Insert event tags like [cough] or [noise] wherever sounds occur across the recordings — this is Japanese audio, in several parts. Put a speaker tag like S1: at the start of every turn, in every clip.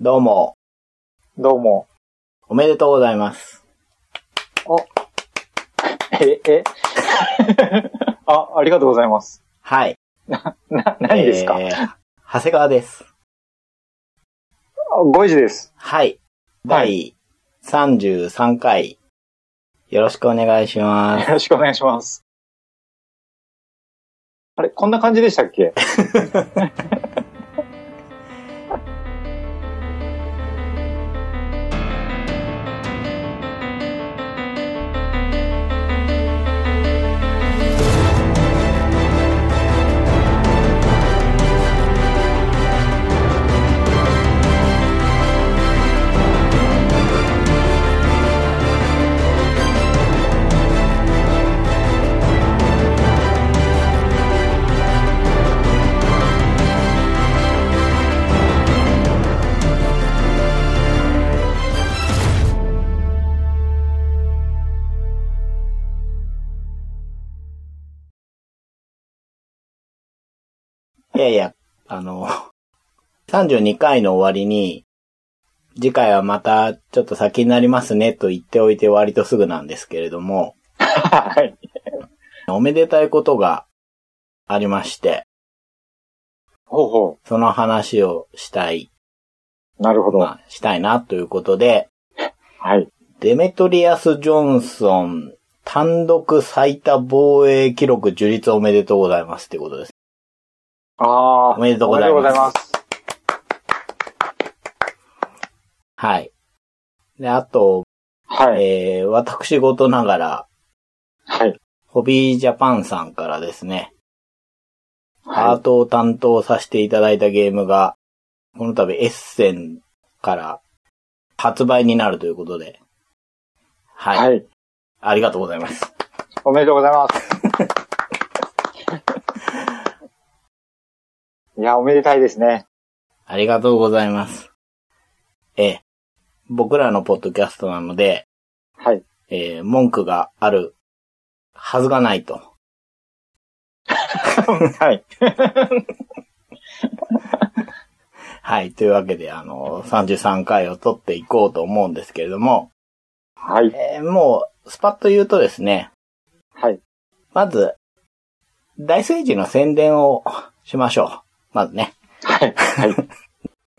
S1: どうも、
S2: どうも。
S1: おめでとうございます。
S2: え、え [laughs] あ、ありがとうございます。
S1: はい。
S2: な、何ですか、
S1: えー長谷川です。
S2: あ ?5 時です。
S1: はい。第33回、よろしくお願いしま
S2: [laughs] よろしくお願いします。あれこんな感じでした
S1: [laughs]
S2: っけ
S1: す。いやいや、あの、32回の終わりに、次回はまたちょっと先になりますねと言っておいて割とすぐなんですけれども、
S2: はい。
S1: おめでたいことがありまして、
S2: ほうほ
S1: その話をしたい、
S2: う。なるほど。
S1: まあ、したいなということで、
S2: はい。
S1: デメトリアス・ジョンソン、単独最多防衛記録樹立おめでとうございますってことです。
S2: ああー。
S1: おめでとうございます
S2: おめでとうございます。
S1: はい。で、あと、
S2: はい。
S1: えー、私事ながら、
S2: はい。
S1: ホビージャパンさんからですね、ア
S2: は。
S1: ートを担当させていただいたゲームが、この度エッセンから発売になるということで、はいい。
S2: はい。
S1: ありがとうございます。
S2: おめでとうござ
S1: [laughs]
S2: います。いや、おめでたいですね。
S1: ありがとうございます。えー、僕らのポッドキャストなので、
S2: はい。
S1: えー文句があるはずがないと。
S2: [laughs] はい。
S1: [laughs] はい。というわけで、あの、33回を取っていこうと思うんですけれども、
S2: はい。
S1: えーもう、スパッと言うとですね、
S2: はい。
S1: まず、大政治の宣伝をしましょう。まずね。
S2: はい。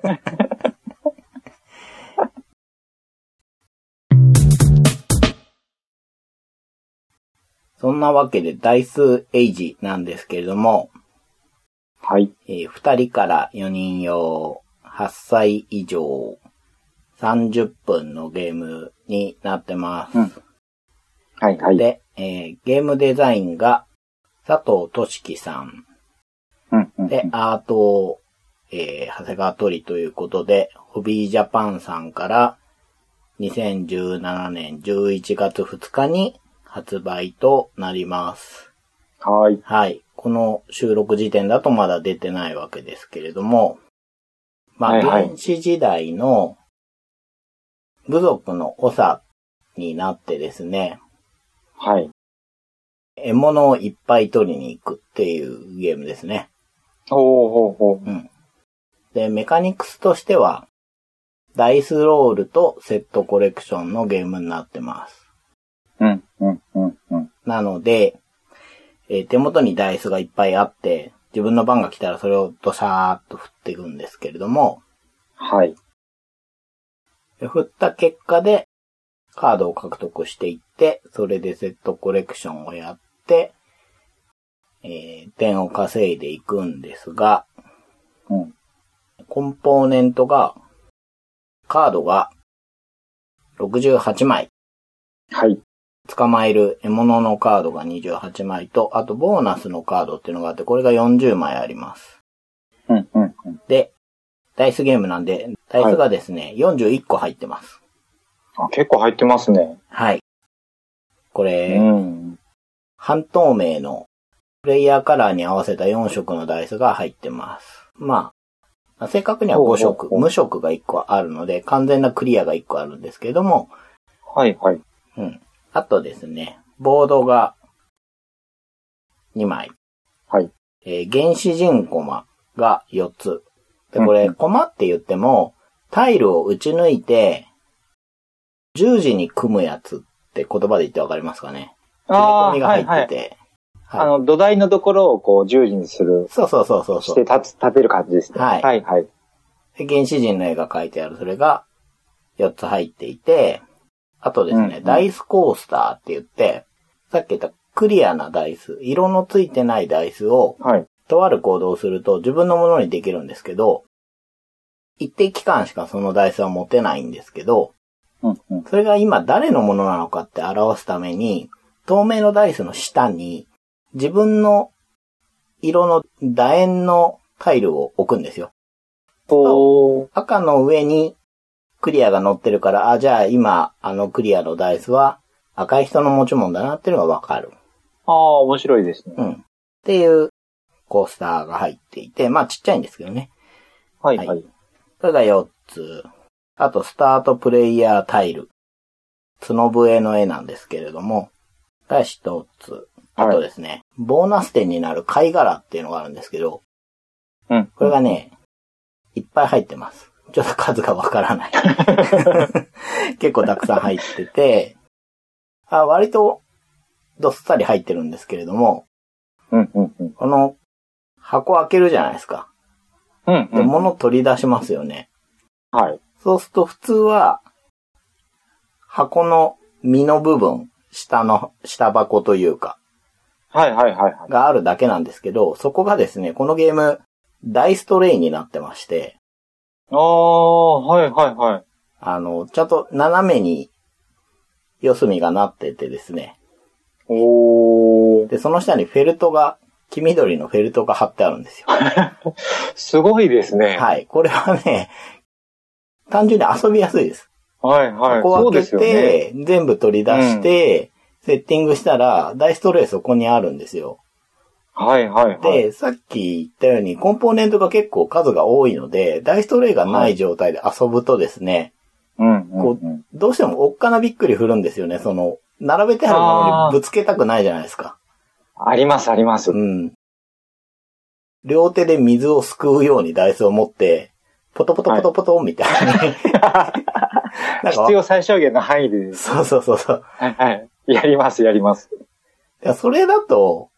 S2: はい。
S1: そんなわけで、ダイスエイジなんですけれども、
S2: はい。
S1: えー2人から4人用、8歳以上、30分のゲームになってます。
S2: はい。はい。
S1: で、えーゲームデザインが佐藤俊樹さん。
S2: うんうん
S1: で、アートを、えー長谷川鳥ということで、ホビージャパンさんから2017年11月2日に発売となります。
S2: はい。
S1: はい。この収録時点だとまだ出てないわけですけれども、まあ、
S2: はいはい
S1: 原始時代の部族の長になってですね、
S2: はい。
S1: 獲物をいっぱい取りに行くっていうゲームですね。
S2: ほうほうほう。
S1: で、メカニクスとしては、ダイスロールとセットコレクションのゲームになってます。
S2: うん、うん、うん、うん。
S1: なので、えー手元にダイスがいっぱいあって、自分の番が来たらそれをドサーッと振っていくんですけれども、
S2: はい。
S1: で振った結果でカードを獲得していって、それでセットコレクションをやって、えー点を稼いでいくんですが、
S2: うん。
S1: コンポーネントが、カードが68枚、
S2: はい。
S1: 捕まえる獲物のカードが28枚と、あとボーナスのカードっていうのがあって、これが40枚あります。
S2: うん、うん、うん。
S1: で、ダイスゲームなんで、ダイスがですね、41個入ってます。
S2: あ、結構入ってますね。
S1: はい。これ、
S2: うん。
S1: 半透明のプレイヤーカラーに合わせた4色のダイスが入ってます。まあ、まあ正確には5
S2: ほうほう
S1: 色、
S2: ほう
S1: 無色が1個あるので、完全なクリアが1個あるんですけれども、
S2: はい、はい。
S1: うん。あとですね、ボードが2枚。
S2: はい。
S1: えー原始人コマが4つ。で、こ
S2: うんう
S1: れ、
S2: ん
S1: コマって言っても、タイルを打ち抜いて、十字に組むやつって言葉で言ってわかりますかね。
S2: あ
S1: 切れ込
S2: あ、
S1: みが
S2: はいは
S1: 入っ
S2: い。
S1: てて。はい
S2: あの、土台のところをこう、十字にする、
S1: そうそうそうそうそ
S2: し
S1: う
S2: て。立つ、立てる感じですね。
S1: はい
S2: はいはい。
S1: で原始人の絵が描いてある、それが4つ入っていて、あとですね、
S2: うん
S1: ダイスコースターって言って、さっき言ったクリアなダイス、色のついてないダイスを、
S2: はい。
S1: とある行動をすると自分のものにできるんですけど、一定期間しかそのダイスは持てないんですけど、
S2: うんうん。
S1: それが今誰のものなのかって表すために、透明のダイスの下に自分の色の楕円のタイルを置くんですよ。
S2: おー。
S1: 赤の上にクリアが乗ってるから、あ、じゃあ今、あのクリアのダイスは赤い人の持ち物だなっていうのがわかる。
S2: ああ、面白いですね。
S1: うん。っていうコースターが入っていて、まあちっちゃいんですけどね。
S2: はいはい。
S1: はそれが4つ。あと、スタートプレイヤータイル。角笛の絵なんですけれども、が1つ。あとですね、ボーナス点になる貝殻っていうのがあるんですけど、
S2: うん。
S1: これがね、いっぱい入ってます。ちょっと数がわから
S2: [laughs]
S1: ない。結構たくさん入ってて、あ割とどっさり入ってるんですけれども、
S2: うんうんうん。
S1: この箱開けるじゃないですか。
S2: うん、
S1: で、物取り出しますよね。
S2: はい。
S1: そうすると普通は、箱の身の部分、下の、下箱というか、
S2: はいはいはいはい。
S1: があるだけなんですけど、そこがですね、このゲーム、ダイストレイになってまして、
S2: ああ、はいはいはい。
S1: あの、ちゃんと斜めに四隅がなっててですね。
S2: おー。
S1: で、その下にフェルトが、黄緑のフェルトが貼ってあるんですよ。
S2: すごいですね。
S1: はい。これはね、単純に遊びやすいです。
S2: はいはい。
S1: こ
S2: そう
S1: う開
S2: で
S1: け
S2: すよね。
S1: て、全部取り出して、セッティングしたら、ダイストレイそこにあるんですよ。
S2: はいはいはい。
S1: で、さっき言ったように、コンポーネントが結構数が多いので、ダイストレイがない状態で遊ぶとですね、
S2: うんうん
S1: こ
S2: うん。
S1: どうしてもおっかなびっくり振るんですよね。その、並べてあるものにぶつけたくないじゃないですか。
S2: ありますあります。
S1: うん。両手で水をすくうようにダイスを持って、ポトポトポトポトみた
S2: [laughs]
S1: いな。なんか
S2: [laughs] 必要最小限の範囲で、
S1: そうそうそうそう。
S2: はいはい。やりますやります。
S1: いやそれだと、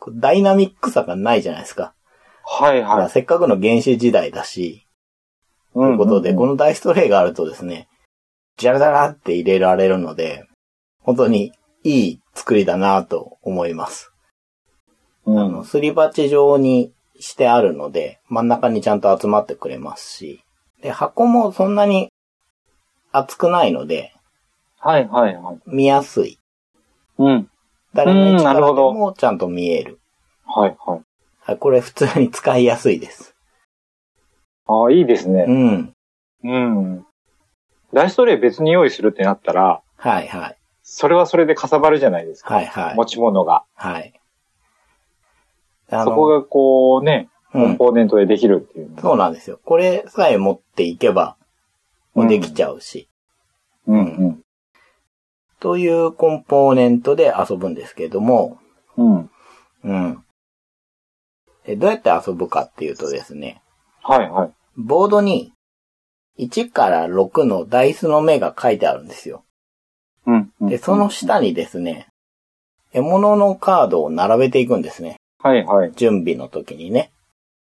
S1: こうダイナミックさがないじゃないですか。
S2: はい
S1: だか
S2: は
S1: ら
S2: い。
S1: せっかくの原始時代だし、
S2: と
S1: ということで、このダイストレイがあるとですね、ジャラジャラって入れられるので、本当にいい作りだなと思います。
S2: の、
S1: あ
S2: う
S1: の、
S2: ん
S1: すり鉢状にしてあるので、真ん中にちゃんと集まってくれますし、で、箱もそんなに厚くないので、
S2: はいはいはい。
S1: 見やすい。
S2: うん。
S1: 誰の位置か
S2: うん
S1: ら
S2: なる
S1: で
S2: ほど
S1: もちゃんと見える。
S2: はいはい。
S1: はいこれ普通に使いやすいです。
S2: ああ、いいです
S1: う
S2: ね。
S1: ん。
S2: うん。ダイストレイ別に用意するってなったら、
S1: はいはい。
S2: それはそれでかさばるじゃないですか。
S1: はいはい
S2: 持。ち物が。
S1: はい。あ
S2: そこがこうね、コ
S1: う
S2: ン
S1: ん。
S2: ポーネントでできるっていうの。
S1: そうなんですよ。これさえ持っていけば、もうできちゃうし。
S2: うん
S1: というコンポーネントで遊ぶんですけども、
S2: うん。うん。
S1: うん。えどうやって遊ぶかっていうとですね、
S2: はいはい。
S1: ボードに1から6のダイスの目が書いてあるんですよ。
S2: うん。うん
S1: で、その下にですね、獲物のカードを並べていくんですね。
S2: はいはい。
S1: 準備の時にね、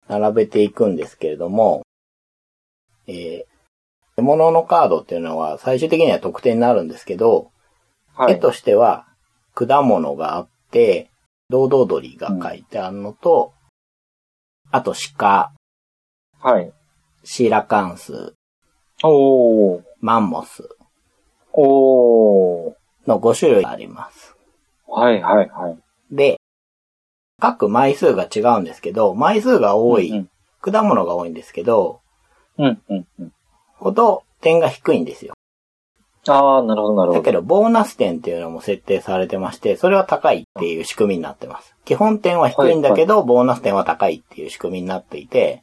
S1: 並べていくんですけれども、えー獲物のカードっていうのは最終的には得点になるんですけど、
S2: はい。
S1: 絵としては、果物があって、堂々鳥が書いてあるのと、あと鹿、
S2: はい。
S1: シーラカンス、
S2: おー。
S1: マンモス
S2: おー。
S1: の5種類があります。
S2: はいはいはい。
S1: で、各枚数が違うんですけど、枚数が多い、
S2: うん
S1: 果物が多いんですけど、
S2: うんうんうん。
S1: ほど点が低いんですよ。
S2: ああ、なるほどなる
S1: だ
S2: ほ
S1: けど、
S2: ど。
S1: ボーナス点っていうのも設定されてまして、それは高いっていう仕組みになってます。基本点は低いんだけど、ボーナス点は高いっていう仕組みになっていて、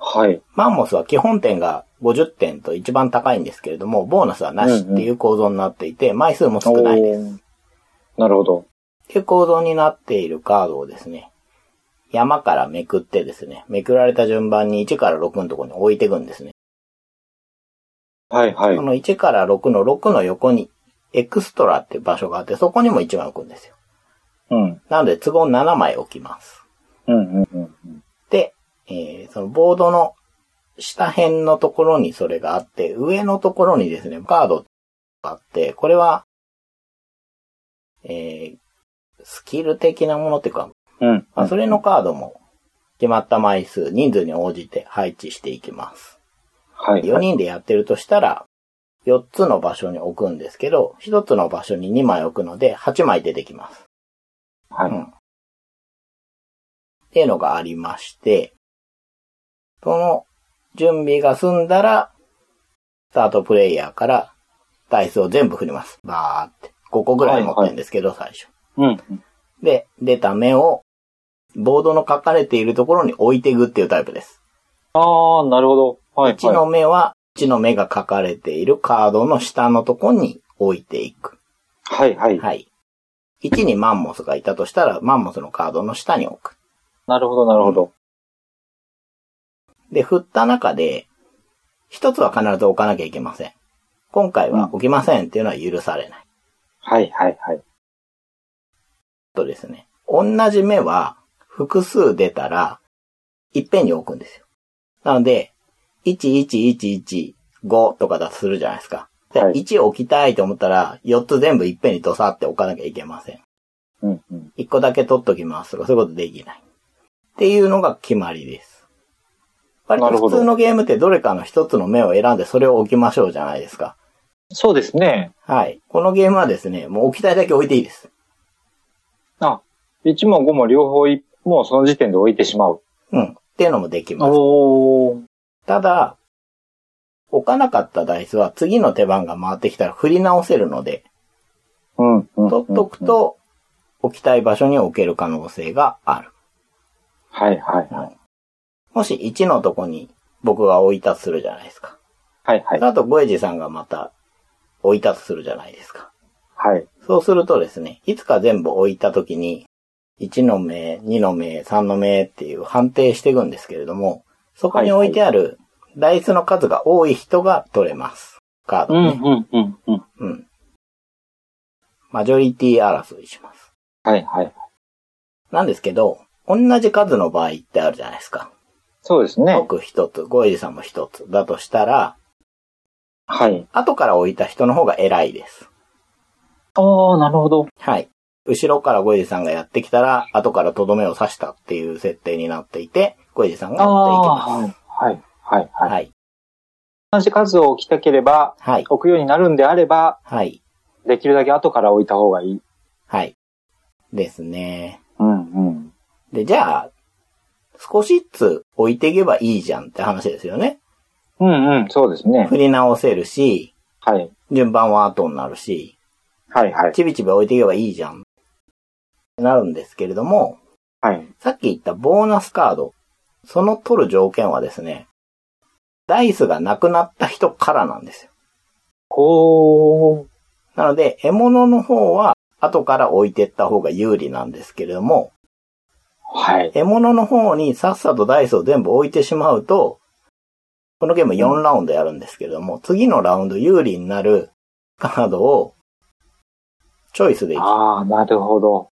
S2: はい。
S1: マンモスは基本点が50点と一番高いんですけれども、ボーナスはなしっていう構造になっていて、枚数も少ないです。
S2: おーなるほど。
S1: っていう構造になっているカードをですね、山からめくってですね、めくられた順番に1から6のところに置いていくんですね。
S2: はいはい
S1: こ。の1から6の6の横に、エクストラって場所があって、そこにも1枚置くんですよ。
S2: うん。
S1: なので、都合7枚置きます。
S2: うんうんうんうん。
S1: で、えーそのボードの下辺のところにそれがあって、上のところにですね、カードがあって、これは、えースキル的なものっていうか、
S2: うん。
S1: まあ、それのカードも決まった枚数、人数に応じて配置していきます。
S2: はい。
S1: 4人でやってるとしたら、4つの場所に置くんですけど、1つの場所に2枚置くので、8枚出てきます。
S2: は
S1: うんっ
S2: い。
S1: ていうのがありまして、その準備が済んだら、スタートプレイヤーからダイスを全部振ります。バーって。5個ぐらい持ってるんですけど、最初。
S2: うん。
S1: で、出た目を、ボードの書かれているところに置いていくっていうタイプです。
S2: ああ、なるほど。はい
S1: 1
S2: は
S1: の目は、1の目が書かれているカードの下のとこに置いていく。
S2: い。はいはい。
S1: はい。1にマンモスがいたとしたら、マンモスのカードの下に置く。
S2: なるほどなるほど。
S1: で、振った中で、一つは必ず置かなきゃいけません。今回は置きませんっていうのは許されない。
S2: はいはいはい。
S1: とですね。同じ目は複数出たら、いっぺんに置くんですよ。なので、11115とかだとするじゃないですか。で
S2: はい
S1: 1置きたいと思ったら、4つ全部いっぺんにドサって置かなきゃいけません。
S2: うんうん。
S1: 1個だけ取っときますとか、そういうことできない。っていうのが決まりです。割
S2: なる
S1: と
S2: ほ
S1: 普
S2: ど
S1: 通のゲームってどれかの一つの目を選んでそれを置きましょうじゃないですか。
S2: そうですね。
S1: はい。このゲームはですね、もう置きたいだけ置いていいです。
S2: あ、1も5も両方い、もうその時点で置いてしまう。
S1: うん。っていうのもできます。
S2: おー。
S1: ただ、置かなかったダイスは次の手番が回ってきたら振り直せるので、
S2: うんうんうんうん。
S1: 取っとく。と置きたい場所に置ける可能性がある。
S2: はいはいはい。
S1: もし1のとこに僕が置いたとするじゃないですか。
S2: はいはい。
S1: あと、ゴエジさんがまた置いたとするじゃないですか。
S2: はい。
S1: そうするとですね、いつか全部置いたときに、1の目、2の目、3の目っていう判定していくんですけれども、そこに置いてあるダイスの数が多い人が取れます。カー
S2: うん
S1: ドね。
S2: うんうんうん。
S1: うん。マジョリティ争いします。
S2: はいはい。
S1: なんですけど、同じ数の場合ってあるじゃないですか。
S2: そうですね。
S1: 僕一つ、ゴエジさんも一つだとしたら、
S2: はい。
S1: 後から置いた人の方が偉いです。
S2: ああ、なるほど。
S1: はい。後ろからゴイジさんがやってきたら、後からとどめを刺したっていう設定になっていて、ゴイジさんが
S2: あ
S1: 追っていき
S2: あ、
S1: ま
S2: はいはいはい
S1: す。
S2: はい。
S1: はい。
S2: 同じ数を置きたければ、
S1: はい。
S2: 置くようになるんであれば、
S1: はい。
S2: できるだけ後から置いた方がいい。
S1: はい。ですね。
S2: うんうん。
S1: で、じゃあ、少しずつ置いていけばいいじゃんって話ですよね。
S2: うんうん、そうですね
S1: 振。り直せるし、
S2: はい。
S1: 順番は後になるし、
S2: はいはい。
S1: ちびちび置いていけばいいじゃん。ってなるんですけれども、
S2: はい。
S1: さっき言ったボーナスカード、その取る条件はですね、ダイスがなくなった人からなんですよ。
S2: こう、
S1: なので、獲物の方は後から置いてった方が有利なんですけれども、
S2: はい。
S1: 獲物の方にさっさとダイスを全部置いてしまうと、このゲーム4ラウンドやるんですけれども、次のラウンド有利になるカードをチョイスで好
S2: ああ、なるほど。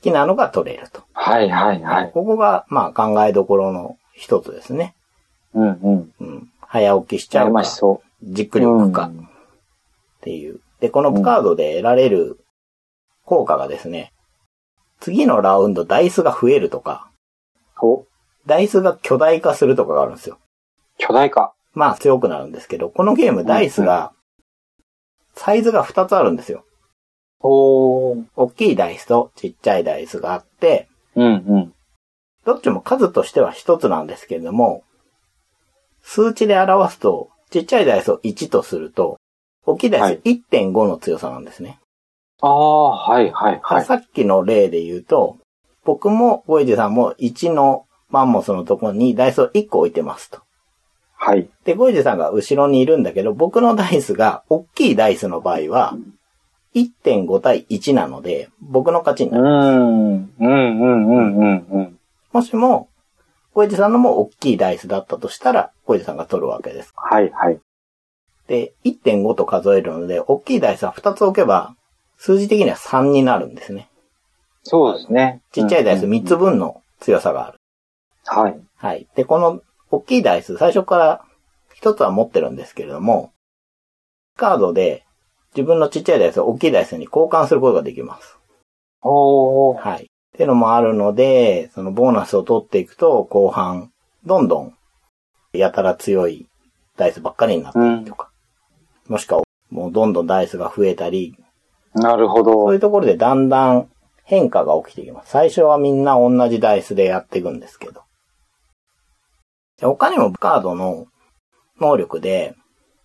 S1: きなのが取れると。
S2: はいはいはい。
S1: ここが、まあ考えどころの一つですね。
S2: うんうん。
S1: うん。早起きしち
S2: や
S1: ゃ
S2: り
S1: う
S2: ま
S1: か、
S2: しそ
S1: じっ
S2: う。
S1: くり置くか
S2: う、ん
S1: っていう。で、このカードで得られる効果がですね、次のラウンドダイスが増えるとか、
S2: お、
S1: ダイスが巨大化するとかがあるんですよ。
S2: 巨大化。
S1: まあ強くなるんですけど、このゲームダイスが、サイズが2つあるんですよ。
S2: おー。
S1: 大きいダイスとちっちゃいダイスがあって、
S2: うんうん。
S1: どっちも数としては1つなんですけれども、数値で表すと、ちっちゃいダイスを1とすると、大きいダイス1.5の強さなんですね。
S2: ああ、はいはいはい。
S1: さっきの例で言うと、僕もゴイジさんも1のマンモスのとこにダイスを1個置いてますと。
S2: はい。
S1: で、ゴイジさんが後ろにいるんだけど、僕のダイスが大きいダイスの場合は、1.5対1なので、僕の勝ちに
S2: う
S1: なる。
S2: ん。うんうんうんうんうん。
S1: もしも、ゴイジさんのも大きいダイスだったとしたら、ゴイジさんが取るわけです。
S2: はいはい。
S1: で、1.5と数えるので、大きいダイスは2つ置けば、数字的には3になるんですね。
S2: そうですね。
S1: ちっちゃいダイス
S2: うんうん
S1: 3つ分の強さがある。
S2: はい。
S1: はい。で、この大きいダイス、最初から1つは持ってるんですけれども、カードで自分のちっちゃいダイスを大きいダイスに交換することができます。
S2: おー。
S1: はい。っていうのもあるので、そのボーナスを取っていくと、後半、どんどん、やたら強いダイスばっかりになって
S2: うん
S1: と。か、もしくは、もうどんどんダイスが増えたり、
S2: なる
S1: そう
S2: ほ
S1: い
S2: ど。
S1: うところでだんだん変化が起きてきます。最初はみんな同じダイスでやっていくんですけど。で他にもカードの能力で、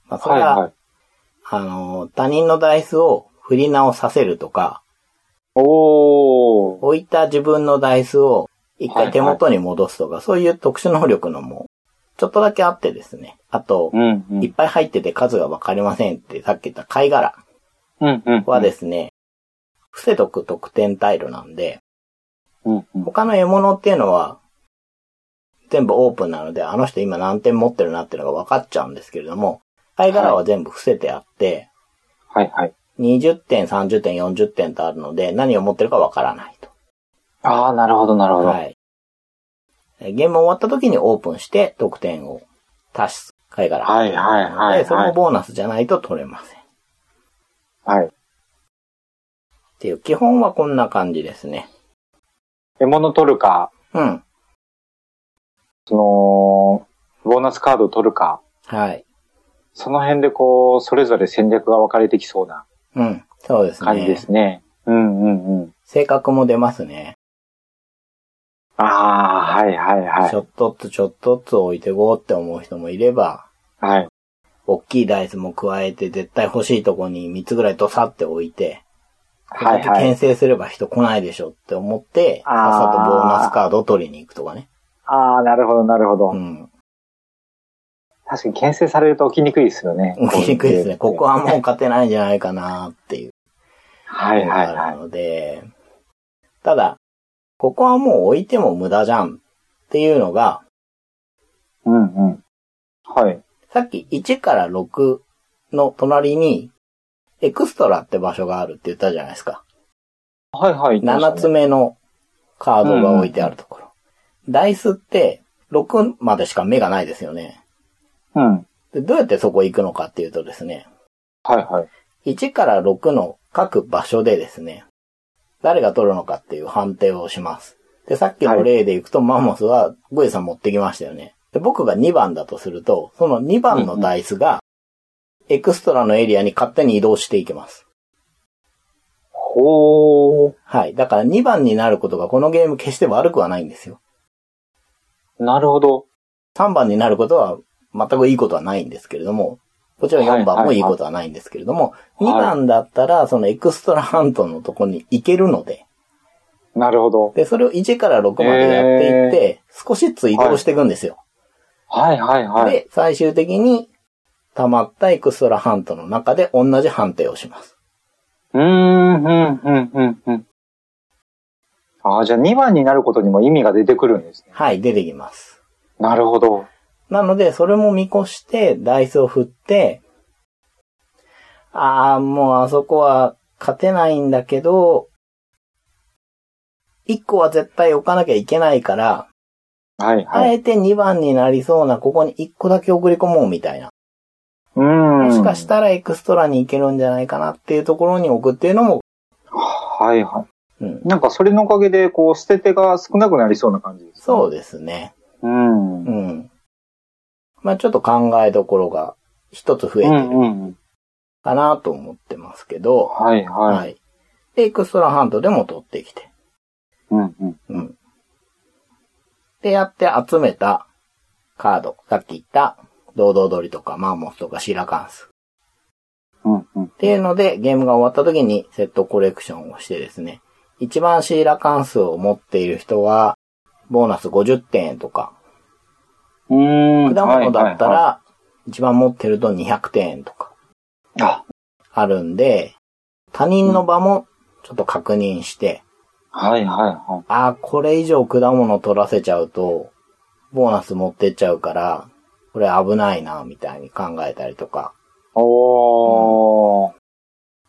S1: まあ、そ
S2: はい
S1: れは、
S2: はい。
S1: あの、他人のダイスを振り直させるとか、
S2: おー。
S1: 置いた自分のダイスを一回手元に戻すとか、そういう特殊能力のも、ちょっとだけあってですね。あと、
S2: うんうん。
S1: いっぱい入ってて数がわかりませんってさっき言った貝殻
S2: うんうん。
S1: はですね、伏せとく得点タイルなんで、
S2: うんうん。
S1: 他の獲物っていうのは、全部オープンなので、あの人今何点持ってるなっていうのが分かっちゃうんですけれども、貝殻は全部伏せてあって、
S2: はいはい。
S1: 20点、30点、40点とあるので、何を持ってるか分からないと。
S2: あー、なるほどなるほど。
S1: はい。えゲーム終わった時にオープンして得点を足す貝殻。
S2: はいはいはいはい
S1: でそれもボーナスじゃないと取れません。っ
S2: はい。
S1: ていう、基本はこんな感じですね。
S2: 獲物取るか、
S1: うん。
S2: その、ボーナスカード取るか、
S1: はい。
S2: その辺でこう、それぞれ戦略が分かれてきそうな
S1: うん。そうですね。
S2: 感じですね。うんうんうん。
S1: 性格も出ますね。
S2: あー、はいはいは
S1: ち
S2: い。
S1: ょっとずつちょっとずつ置いてこうって思う人もいれば、
S2: はい。
S1: 大きいダイスも加えて絶対欲しいとこに3つぐらいドサって置いて、これ
S2: は
S1: だ
S2: い
S1: け
S2: はい
S1: 牽。制すれば人来ないでしょって思って、
S2: あー
S1: さっさとボーナスカードを取りに行くとかね。
S2: ああ、なるほど、なるほど。
S1: うん。
S2: 確かに、牽制されると起きにくいですよね。
S1: 起きにくいですね。ここ
S2: は。
S1: はもう勝てないんじゃないかなっていう
S2: はい
S1: の
S2: はい
S1: があ
S2: は
S1: る
S2: い。
S1: ので、ただ、ここはもう置いても無駄じゃんっていうのが、
S2: うんうん。はい。
S1: さっき1から6の隣に、エクストラって場所があるって言ったじゃないですか。
S2: はいはい。
S1: 7つ目のカードが置いてあるところ。ダイスって6までしか目がないですよね。
S2: うん。はい
S1: でどうやってそこ行くのかっていうとですね、
S2: はい。
S1: 1から6の各場所でですね、誰が取るのかっていう判定をします。で、さっきの例でいくと、マンモスはグエさん持ってきましたよね。で、僕が2番だとすると、その2番のダイスが、エクストラのエリアに勝手に移動していきます。
S2: ほー。
S1: はい。だから2番になることがこのゲーム決して悪くはないんですよ。
S2: なるほど。
S1: 3番になることは全くいいことはないんですけれども、もちろん4番もいいことはないんですけれども、
S2: はいはいはい
S1: 2番だったらそのエクストラハントのとこに行けるので、
S2: なるほど。
S1: で、それを1から6までやっていって、少しずつ移動していくんですよ。
S2: はいはいはい。
S1: で、最終的に、溜まったエクストラハントの中で同じ判定をします。
S2: うーん、うん、うん、うん、うん。ああ、じゃあ2番になることにも意味が出てくるんですね。
S1: はい、出てきます。
S2: なるほど。
S1: なので、それも見越して、ダイスを振って、あー、もうあそこは勝てないんだけど、1個は絶対置かなきゃいけないから、
S2: はい
S1: あ
S2: はい。
S1: えて2番になりそうな、ここに1個だけ送り込もうみたいな。
S2: うーん。
S1: もしかしたらエクストラに行けるんじゃないかなっていうところに置くっていうのも、
S2: はいは
S1: うん
S2: い。、なんかそれのおかげで、こう、捨て手が少なくなりそうな感じです、ね。
S1: そうですね。
S2: う。うん。
S1: う。ん。まあちょっと考えどころが一つ増えて
S2: うん
S1: る
S2: うん。
S1: かなと思ってますけど、
S2: はいは。
S1: はいい。で、エクストラハントでも取ってきて、
S2: うんうん。
S1: うん。で、やって集めたカード、さっき言った、堂々鳥とかマンモスとかシラカンス。
S2: うんうん。
S1: っていうので、ゲームが終わった時にセットコレクションをしてですね、一番シーラ関数を持っている人は、ボーナス50点とか、
S2: うーん。
S1: 果物だった
S2: はいはいはい
S1: ら、一番持ってると200点とかあるんで、他人の場もちょっと確認して、
S2: あ、はいはいはい。
S1: ああ、これ以上果物取らせちゃうと、ボーナス持ってっちゃうから、これ危ないな、みたいに考えたりとか、
S2: おー。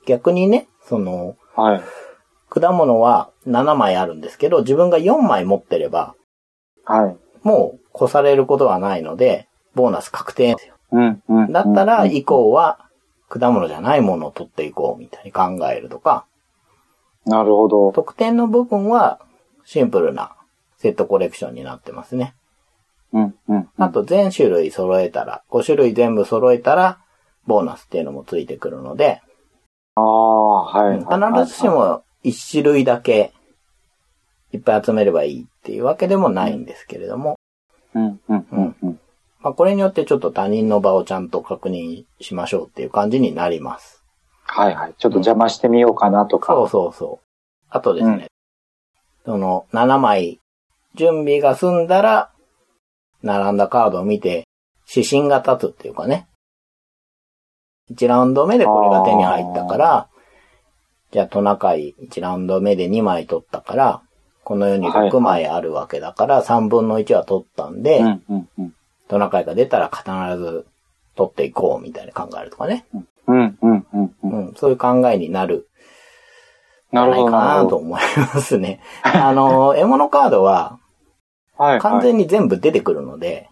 S1: 逆にね、その、
S2: はい。
S1: 果物は7枚あるんですけど、自分が4枚持ってれば、
S2: はい。
S1: もう越されることはないので、ボーナス確定。
S2: うん、うん。
S1: だったら、
S2: うん
S1: 以降は、果物じゃないものを取っていこうみたいに考えるとか、
S2: なるほど。
S1: 得点の部分は、シンプルなセットコレクションになってますね。
S2: うん、うん。
S1: あと、全種類揃えたら、5種類全部揃えたら、ボーナスっていうのもついてくるので、
S2: ああ、はい。
S1: 必ずしも1種類だけいっぱい集めればいいっていうわけでもないんですけれども、
S2: うん、うん、うん、うん。
S1: まあ、これによってちょっと他人の場をちゃんと確認しましょうっていう感じになります。
S2: はい、はい。ちょっと邪魔してみようかなとか。
S1: そうそうそう。あとですね、その7枚準備が済んだら、並んだカードを見て指針が立つっていうかね。1ラウンド目でこれが手に入ったから、じゃあトナカイ1ラウンド目で2枚取ったから、この世に6枚あるわけだから3分の1は取ったんで、
S2: うん、うん、うん。
S1: トナカイが出たら必ず取っていこうみたいに考えるとかね。
S2: うん、うん、うん、う。
S1: うんん、そういう考えになる
S2: なる
S1: ない
S2: ほど、
S1: か
S2: なる
S1: な
S2: ほ
S1: と
S2: ど。
S1: 思いますね。あの、獲物カードは
S2: はい、はい。
S1: 完全に全部出てくるので、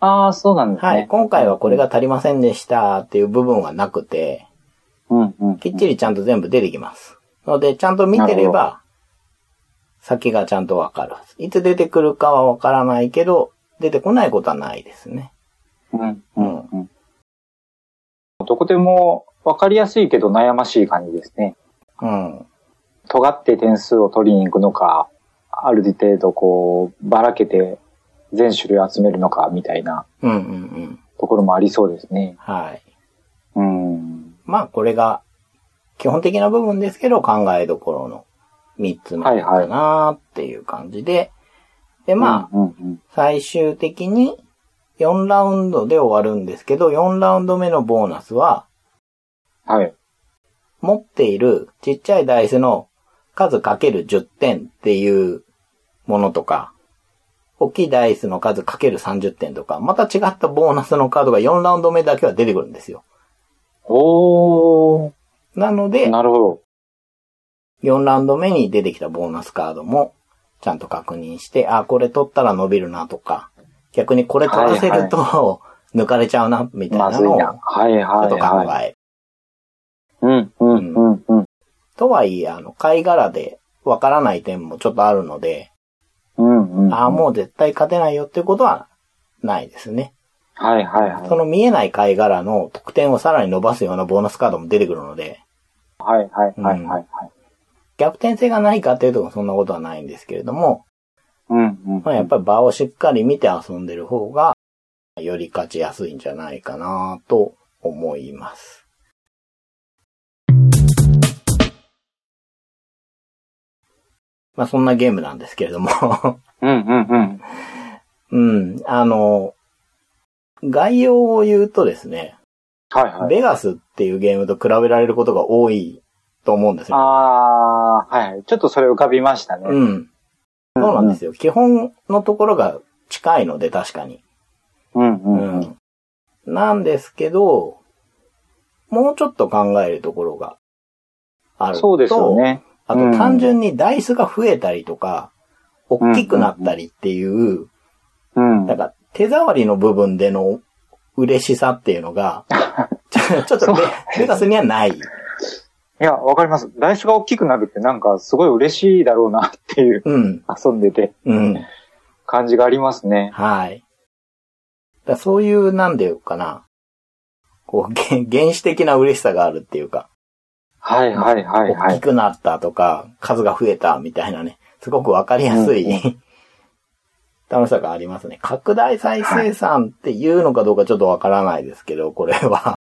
S2: ああ、そうなんですね。
S1: はい、今回はこれが足りませんでしたっていう部分はなくて、
S2: うん、うん。
S1: きっちりちゃんと全部出てきます。ので、ちゃんと見てれば、先がちゃんとわかるはず。いつ出てくるかはわからないけど、出てこないことはないですね。
S2: うん、うん、うん。どこでも分かりやすいけど悩ましい感じですね。
S1: うん。
S2: 尖って点数を取りに行くのか、ある程度こう、ばらけて全種類集めるのかみたいな
S1: うんうんうん。
S2: ところもありそうですね。
S1: はい。
S2: うん。
S1: まあ、これが、基本的な部分ですけど、考えどころの3つ目
S2: はいは
S1: か
S2: い
S1: なっていう感じで、で、まあ、
S2: うん、うん、
S1: 最終的に4ラウンドで終わるんですけど、4ラウンド目のボーナスは、
S2: うん。はい。
S1: 持っているちっちゃいダイスの数かける10点っていうものとか、大きいダイスの数かける30点とか、また違ったボーナスのカードが4ラウンド目だけは出てくるんですよ。
S2: おー。
S1: なので、
S2: なるほど。
S1: 4ラウンド目に出てきたボーナスカードも、ちゃんと確認して、あ、これ取ったら伸びるなとか、逆にこれ取らせると、 [laughs] 抜かれちゃうな、みたい
S2: ま
S1: な
S2: ずい
S1: のを、ち
S2: な。はいは
S1: ょ
S2: い
S1: っと考える。
S2: はい。うん、うん、うん、うん。
S1: とはいえ、あの、貝殻でわからない点もちょっとあるので、
S2: うん、うん。
S1: ああ、もう絶対勝てないよっていうことはないですね。
S2: はいはいはい。
S1: その見えない貝殻の得点をさらに伸ばすようなボーナスカードも出てくるので、
S2: はいはいはいはい。はい
S1: 逆転性がないかっていうところそんなことはないんですけれども、
S2: うん、うん。
S1: まあ、やっぱり場をしっかり見て遊んでる方が、より勝ちやすいんじゃないかなと思います。まあそんなゲームなんですけれども、 [laughs]
S2: うん、うん、うん。
S1: うん、あの、概要を言うとですね、
S2: はいはい。
S1: ベガスっていうゲームと比べられることが多いと思うんですよ。
S2: あー、はいはい。ちょっとそれ浮かびましたね。
S1: うん。そうなんですよ。基本のところが近いので確かに。
S2: うんうんうん。
S1: うん。なんですけど、もうちょっと考えるところがあると、
S2: そうですよね。
S1: あと
S2: うん
S1: 単純にダイスが増えたりとか、大きくなったりっていう、
S2: うん。
S1: なんか手触りの部分での嬉しさっていうの
S2: [laughs]
S1: が、ちょちょっとベベガスにはない。
S2: いや、わかります。ダイスが大きくなるってなんかすごい嬉しいだろうなっていう、 [laughs]
S1: うん、
S2: 遊んでて
S1: うん、
S2: 感じがありますね。
S1: はい。だからそういう、なんていうかな、こう、原原始的な嬉しさがあるっていうか、
S2: はいはいはいは
S1: 大き
S2: い。
S1: くなったとか、数が増えたみたいなね、すごくわかりやすい、
S2: うんう
S1: [laughs] 楽しさがありますね。拡大再生産っていうのかどうかちょっとわからないですけど、これは。 [laughs]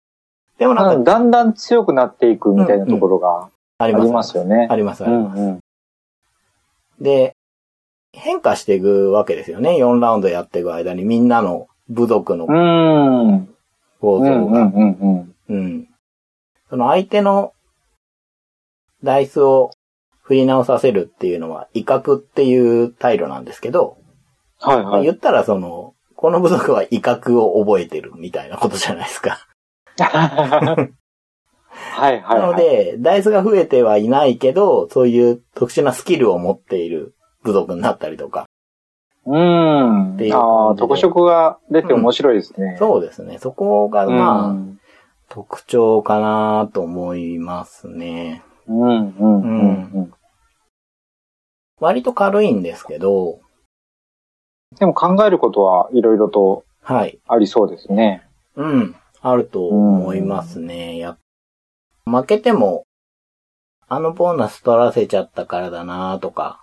S1: でもな
S2: なんん
S1: か
S2: かだんだん強くなっていくみたいなところが
S1: あ
S2: あ
S1: り
S2: り
S1: ます。
S2: ますよね
S1: あ。ります、あ
S2: う
S1: り
S2: ん
S1: ます。
S2: うん。
S1: で、変化していくわけですよね。4ラウンドやっていく間にみんなの部族の
S2: うん。うん
S1: 構
S2: う
S1: 造
S2: んう
S1: が。
S2: んうん。
S1: うん。その相手のダイスを振り直させるっていうのは威嚇っていうタイルなんですけど、
S2: はい
S1: まあ
S2: [laughs] はい。
S1: 言ったらその、この部族は威嚇を覚えてるみたいなことじゃないですか。
S2: はいはい、
S1: なの
S2: はい。
S1: で、ダイスが増えてはいないけど、そういう特殊なスキルを持っている部族になったりとか。
S2: うーん。
S1: っていう感じで
S2: ああ、特色が出て面白いですね。
S1: そうですね。そこが、
S2: うん
S1: まあ、特徴かなと思いますね。
S2: うんうんうんうん。
S1: 割と軽いんですけど、
S2: でも考えることはいろいろと
S1: はい。
S2: ありそうですね。
S1: うん。あると思いますね。やっ負けても、あのボーナス取らせちゃったからだなとか、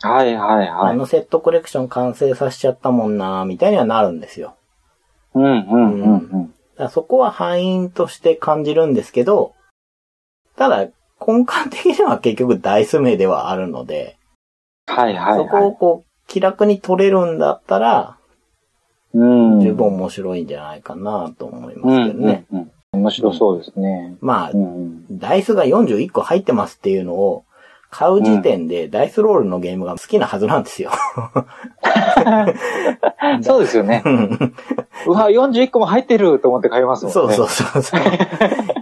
S2: はいはいは
S1: あ
S2: い。
S1: のセットコレクション完成させちゃったもんなみたいにはなるんですよ。
S2: うんうんうんうん。
S1: だからそこは敗因として感じるんですけど、ただ、根幹的には結局ダイス名ではあるので、
S2: はいはい
S1: そこ
S2: は
S1: をこう、気楽に取れるんだったら、
S2: い。うん。
S1: 十分面白いんじゃないかなと思いま
S2: う
S1: す
S2: ん
S1: けど
S2: う
S1: ね
S2: ん。うん。面白そうですね。
S1: まあ
S2: う、ん。
S1: ダイスが41個入ってますっていうのを、買う時点でダイスロールのゲームが好きなはずなんですよ。
S2: そうですよね。 [laughs] うわ、41個も入ってると思って買いますもんね。
S1: そうそうそう
S2: [laughs]
S1: そう。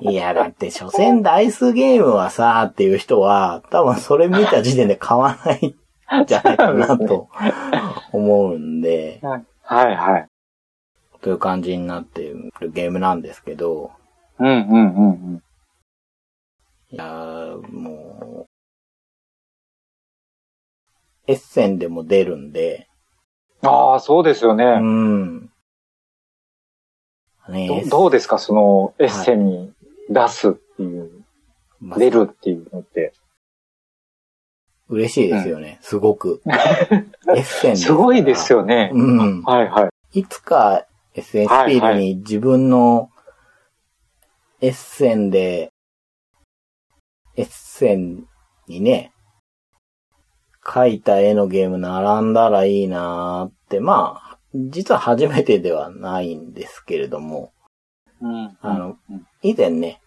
S1: いや、だって、所詮ダイスゲームはさ、っていう人は、多分それ見た時点で買わないんじゃないかなと思うんで、
S2: はいはいはい。
S1: という感じになっているゲームなんですけど、
S2: うんうんうんうん。
S1: いやーもう、エッセンでも出るんで、
S2: ああ、そうですよ
S1: う
S2: ね。
S1: ん。ね
S2: ど
S1: エッセン
S2: どうですかそのエッセンに出すっていう、
S1: まあ
S2: 出るっていうのって。
S1: 嬉しいですよね、すごく。エッセン
S2: [laughs] すごいです
S1: よ。
S2: よね。
S1: うん。
S2: はいはい。
S1: いつか SN スピードに自分のエッセンで、エッセンにね、描いた絵のゲーム並んだらいいなーって、まあ、実は初めてではないんですけれども、
S2: うん
S1: あの
S2: うん、
S1: 以前ね、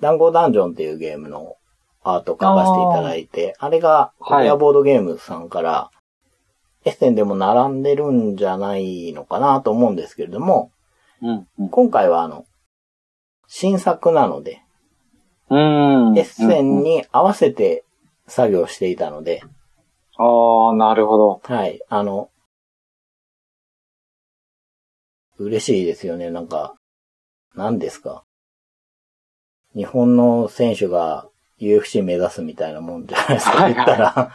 S1: 団子ダンジョンっていうゲームのアートを書かせていただいて、あれが、コペアボードゲームズさんから、エッセンでも並んでるんじゃないのかなと思うんですけれども、
S2: うんうん
S1: 今回はあの、新作なので、
S2: うん。
S1: エッセンに合わせて作業していたので、
S2: ああ、なるほど。
S1: はい、あの、嬉しいですよね。なんか、何ですか。日本の選手が UFC 目指すみたいなもんじゃないですか。
S2: はいはい
S1: 言ったら。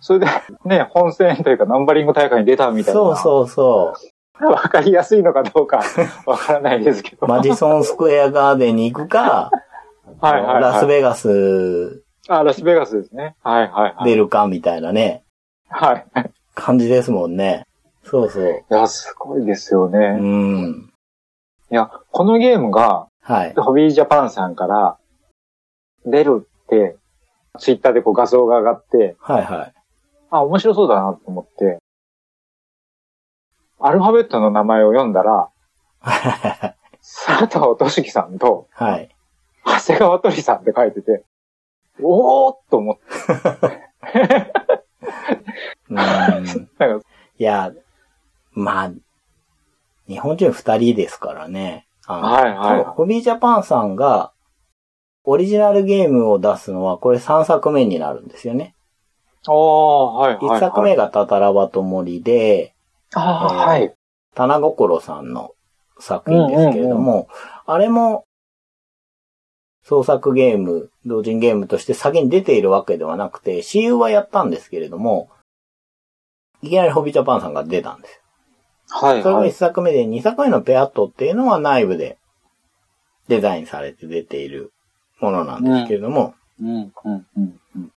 S2: それで、ね、本戦というかナンバリング大会に出たみたいな。。
S1: そうそうそう
S2: わかりやすいのかどう
S1: [laughs]
S2: かわからないですけど。
S1: う。マジソンスクエアガーデンに行くか、
S2: はいはい、はい。
S1: ラスベガス
S2: あ、ラスベガスですね。はいはいはい。
S1: 出るかみたいなね、
S2: はい。い
S1: 感じですもんね。そうそう。
S2: や、すごいですよね。
S1: うん。
S2: いや、このゲームが、
S1: はい。
S2: ホビージャパンさんから、出るって、ツイッターでこう画像が上がって、
S1: はいはい。
S2: あ、面白そうだなと思って、アルファベットの名前を読んだら、佐藤俊樹さんと、
S1: [laughs] はい。
S2: 長谷川鳥さんって書いてて、おーっと思って、
S1: うん。
S2: なんか、
S1: いや、まあ、日本人二人ですからね。あの
S2: はいはい
S1: 多分ホビージャパンさんが、オリジナルゲームを出すのは、これ3作目になるんですよね。
S2: おー、はいはい、はい。
S1: 1作目がタタラバと森で、
S2: あー、はい。
S1: 棚心さんの作品ですけれども、あれも、創作ゲーム、同人ゲームとして先に出ているわけではなくて、私有はやったんですけれども、いきなりホビージャパンさんが出たんですよ
S2: はい
S1: それが
S2: は
S1: 1
S2: い。
S1: 作目で、2作目のペアットっていうのは内部でデザインされて出ているものなんですけれども、
S2: うん、うん、うん。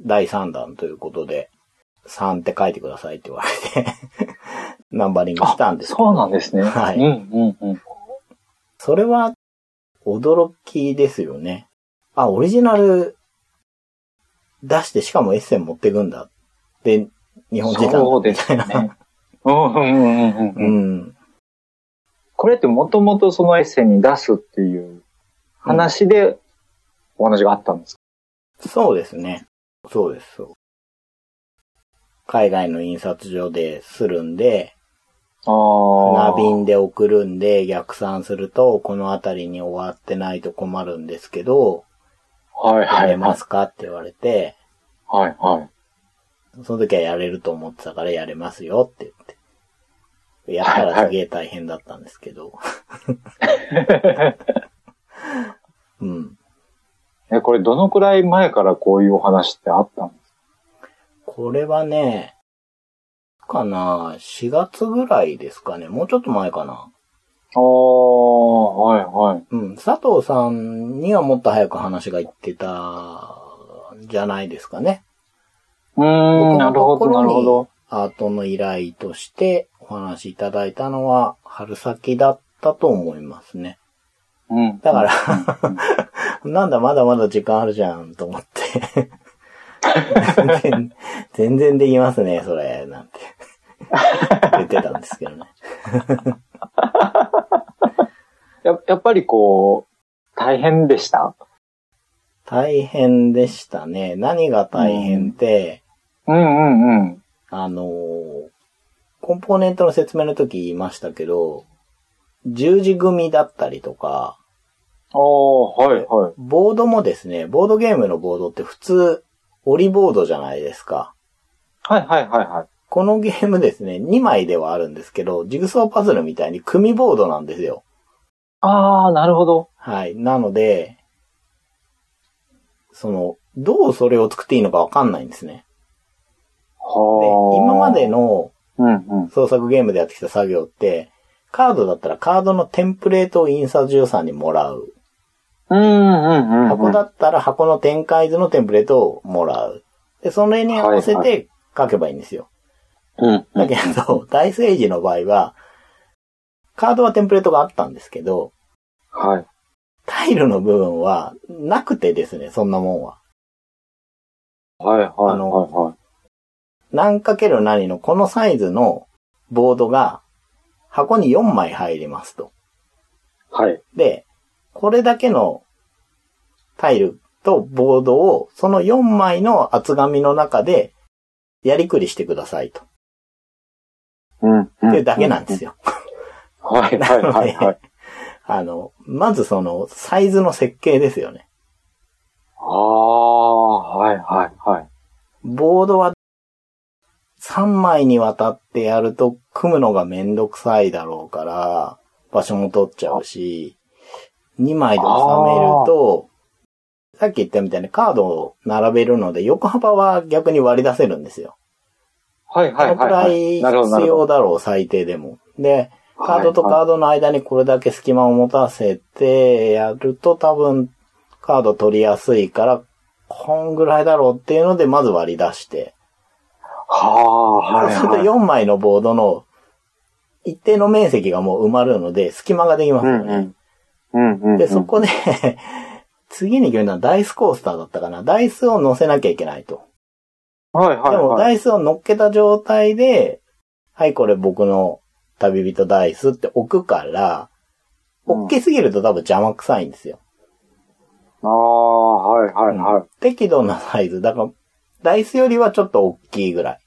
S1: 第3弾ということで、3って書いてくださいって言われて、 [laughs] ナンバリングしたんですけど
S2: そうなんですね。
S1: はい
S2: うん、うん、うん。
S1: それは驚きですよね。あ、オリジナル出してしかもエッセン持ってくんだ。で、日本人だ。
S2: そうですね。うん、うん、うんう
S1: [laughs]
S2: ん、
S1: う
S2: うん。
S1: ん。
S2: これってもともとそのエッセイに出すっていう話でお話があったんですか、
S1: そうですね。そうです、そう。海外の印刷所でするんで、
S2: ああ。
S1: 船便で送るんで逆算すると、この辺りに終わってないと困るんですけど、
S2: はい
S1: や
S2: は
S1: れ
S2: い。
S1: ますかって言われて、
S2: はいはい。
S1: その時はやれると思ってたからやれますよって言って。やったらすげえ大変だったんですけど。うん。
S2: え、これどのくらい前からこういうお話ってあったんです
S1: これはね、かな、4月ぐらいですかね。もうちょっと前かな。
S2: かああ、はいはい。
S1: うん。佐藤さんにはもっと早く話がいってた、じゃないですかね。
S2: うーん、なるほど、
S1: 僕のとこ
S2: なる
S1: ろ
S2: ほ
S1: に
S2: ど。
S1: アートの依頼としてお話いただいたのは、春先だったと思いますね。
S2: うん。
S1: だから
S2: うん、
S1: なんだ、まだまだ時間あるじゃん、と思
S2: [laughs]
S1: って。全全然できますね、それ、なんて。言ってたんですけどね。
S2: ややっぱりこう、大変でした
S1: 大変でしたね。何が大変って、
S2: うんうんうん。
S1: あのー、コンポーネントの説明の時言いましたけど、十字組みだったりとか、
S2: ああ、はいはい。
S1: ボードもですね、ボードゲームのボードって普通、折りボードじゃないですか。
S2: はいはいはいはい。
S1: このゲームですね、2枚ではあるんですけど、ジグソーパズルみたいに組ボードなんですよ。
S2: ああ、なるほど。
S1: はい。なので、その、どうそれを作っていいのかわかんないんですね。で、
S2: はあ。
S1: 今まで。の
S2: うんうん。
S1: 創作ゲームでやってきた作業って、カードだったらカードのテンプレートを印刷所さんにもらう。
S2: うんうんうんうん。
S1: 箱だったら箱の展開図のテンプレートをもらう。で、それに合わせ
S2: はい
S1: て書けばいいんですよ。
S2: うんうん。
S1: だけど、大政治の場合は、カードはテンプレートがあったんですけど、
S2: はい。
S1: タイルの部分はなくてですね、そんなもんは。
S2: はいはいはい
S1: あの
S2: は
S1: 何かける何のこのサイズのボードが箱に4枚入りますと。
S2: い。はい。
S1: で、これだけのタイルとボードをその4枚の厚紙の中でやりくりしてくださいと。
S2: うんうんうん。
S1: っていうだけなんですよ。
S2: はいはいはいはい。
S1: あの、まずそのサイズの設計ですよね。
S2: ああ、はいはいはい。
S1: ボードは3枚にわたってやると組むのがめんどくさいだろうから、場所も取っちゃうし、2枚で収めると、さっき言ったみたいにカードを並べるので横幅は逆に割り出せるんですよ。
S2: はい
S1: こ
S2: は
S1: の
S2: い
S1: く
S2: はい
S1: ら
S2: はいい。なるほどな
S1: 必
S2: るほ
S1: 要だろう、最低でも。で、
S2: ど。
S1: カードとカードの間にこれだけ隙間を持たせてやると多分カード取りやすいから、こんぐらいだろうっていうので、まず割り出して。
S2: は
S1: そ
S2: あ、
S1: う
S2: はい
S1: すると
S2: はい。
S1: 4枚のボードの一定の面積がもう埋まるので、隙間ができます
S2: う
S1: よ
S2: んう
S1: ね。
S2: ん。うんうんうん。
S1: で、そこで、 [laughs] 次に決めたのはダイスコースターだったかな。ダイスを乗せなきゃいけないと。
S2: はいはい
S1: でも、
S2: は
S1: ダ
S2: い。
S1: イスを乗っけた状態で、はい、これ僕の旅人ダイスって置くから、
S2: うん
S1: 置きすぎると多分邪魔くさいんですよ。
S2: ああ、はいはいはい。
S1: 適度なサイズ。だから、ダイスよりはちょっと大きいぐらい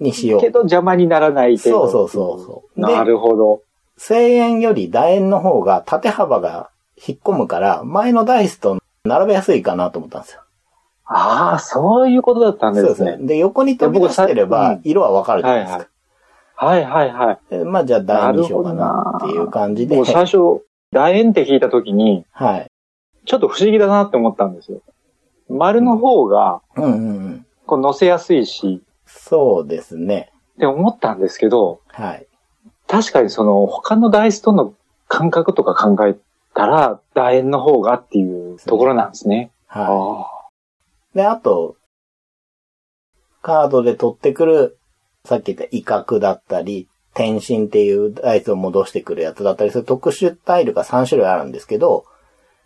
S1: にしよ
S2: け
S1: う。
S2: ど邪魔にならない程度。
S1: そうそうそうそうで
S2: なるほど。
S1: 1000円より楕円の方が縦幅が引っ込むから、前のダイスと並べやすいかなと思ったんですよ。
S2: ああ、そういうことだったんで
S1: そうですすね
S2: ね。。
S1: で、横に飛び出してれ
S2: いや
S1: ば
S2: 僕、
S1: 色はわかるじゃ
S2: は
S1: ないいですか。
S2: はい。はいはいはい。
S1: でまあ、じゃあ楕円にしようかなっていう感じで
S2: もう、最初、楕円って聞いたときに、
S1: はい。
S2: ちょっと不思議だなって思ったんですよ。丸の方が、
S1: うんうんうん。
S2: こう乗せやすいし、
S1: そうですね。
S2: って思ったんですけど、
S1: はい。
S2: 確かにその他のダイスとの感覚とか考えたら、楕円の方がっていうところなんですね。
S1: は
S2: あ
S1: い。で、あと、カードで取ってくる、さっき言った威嚇だったり、転身っていうダイスを戻してくるやつだったりする特殊タイルが3種類あるんですけど、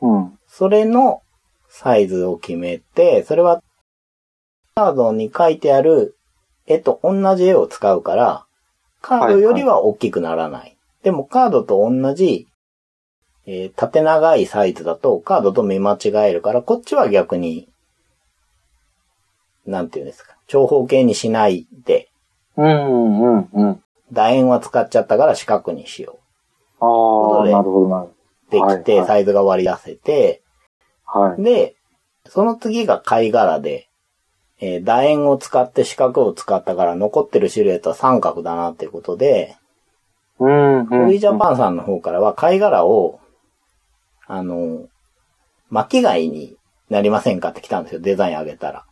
S2: あ。うん。
S1: それのサイズを決めて、それはカードに書いてある絵と同じ絵を使うから、カードよりは大きくならない。でもカードと同じ、えー縦長いサイズだとカードと見間違えるから、こっちは逆に、なんていうんですか、長方形にしないで、
S2: うんうんうん。
S1: 楕円は使っちゃったから四角にしよ
S2: あ
S1: と
S2: あ、
S1: いうことで
S2: なるほど、なる
S1: う。でき
S2: はい
S1: て、
S2: はい
S1: サイズが割り出せて、
S2: ほど。はい。
S1: で、その次が貝殻で、えー楕円を使って四角を使ったから残ってるシルエットは三角だなっていうことで、
S2: うん、うん。
S1: ホビージャ
S2: ン。
S1: パンさんの方からは貝殻を、あの、巻き貝になりませんかって来たんですよ、デザインあげたら。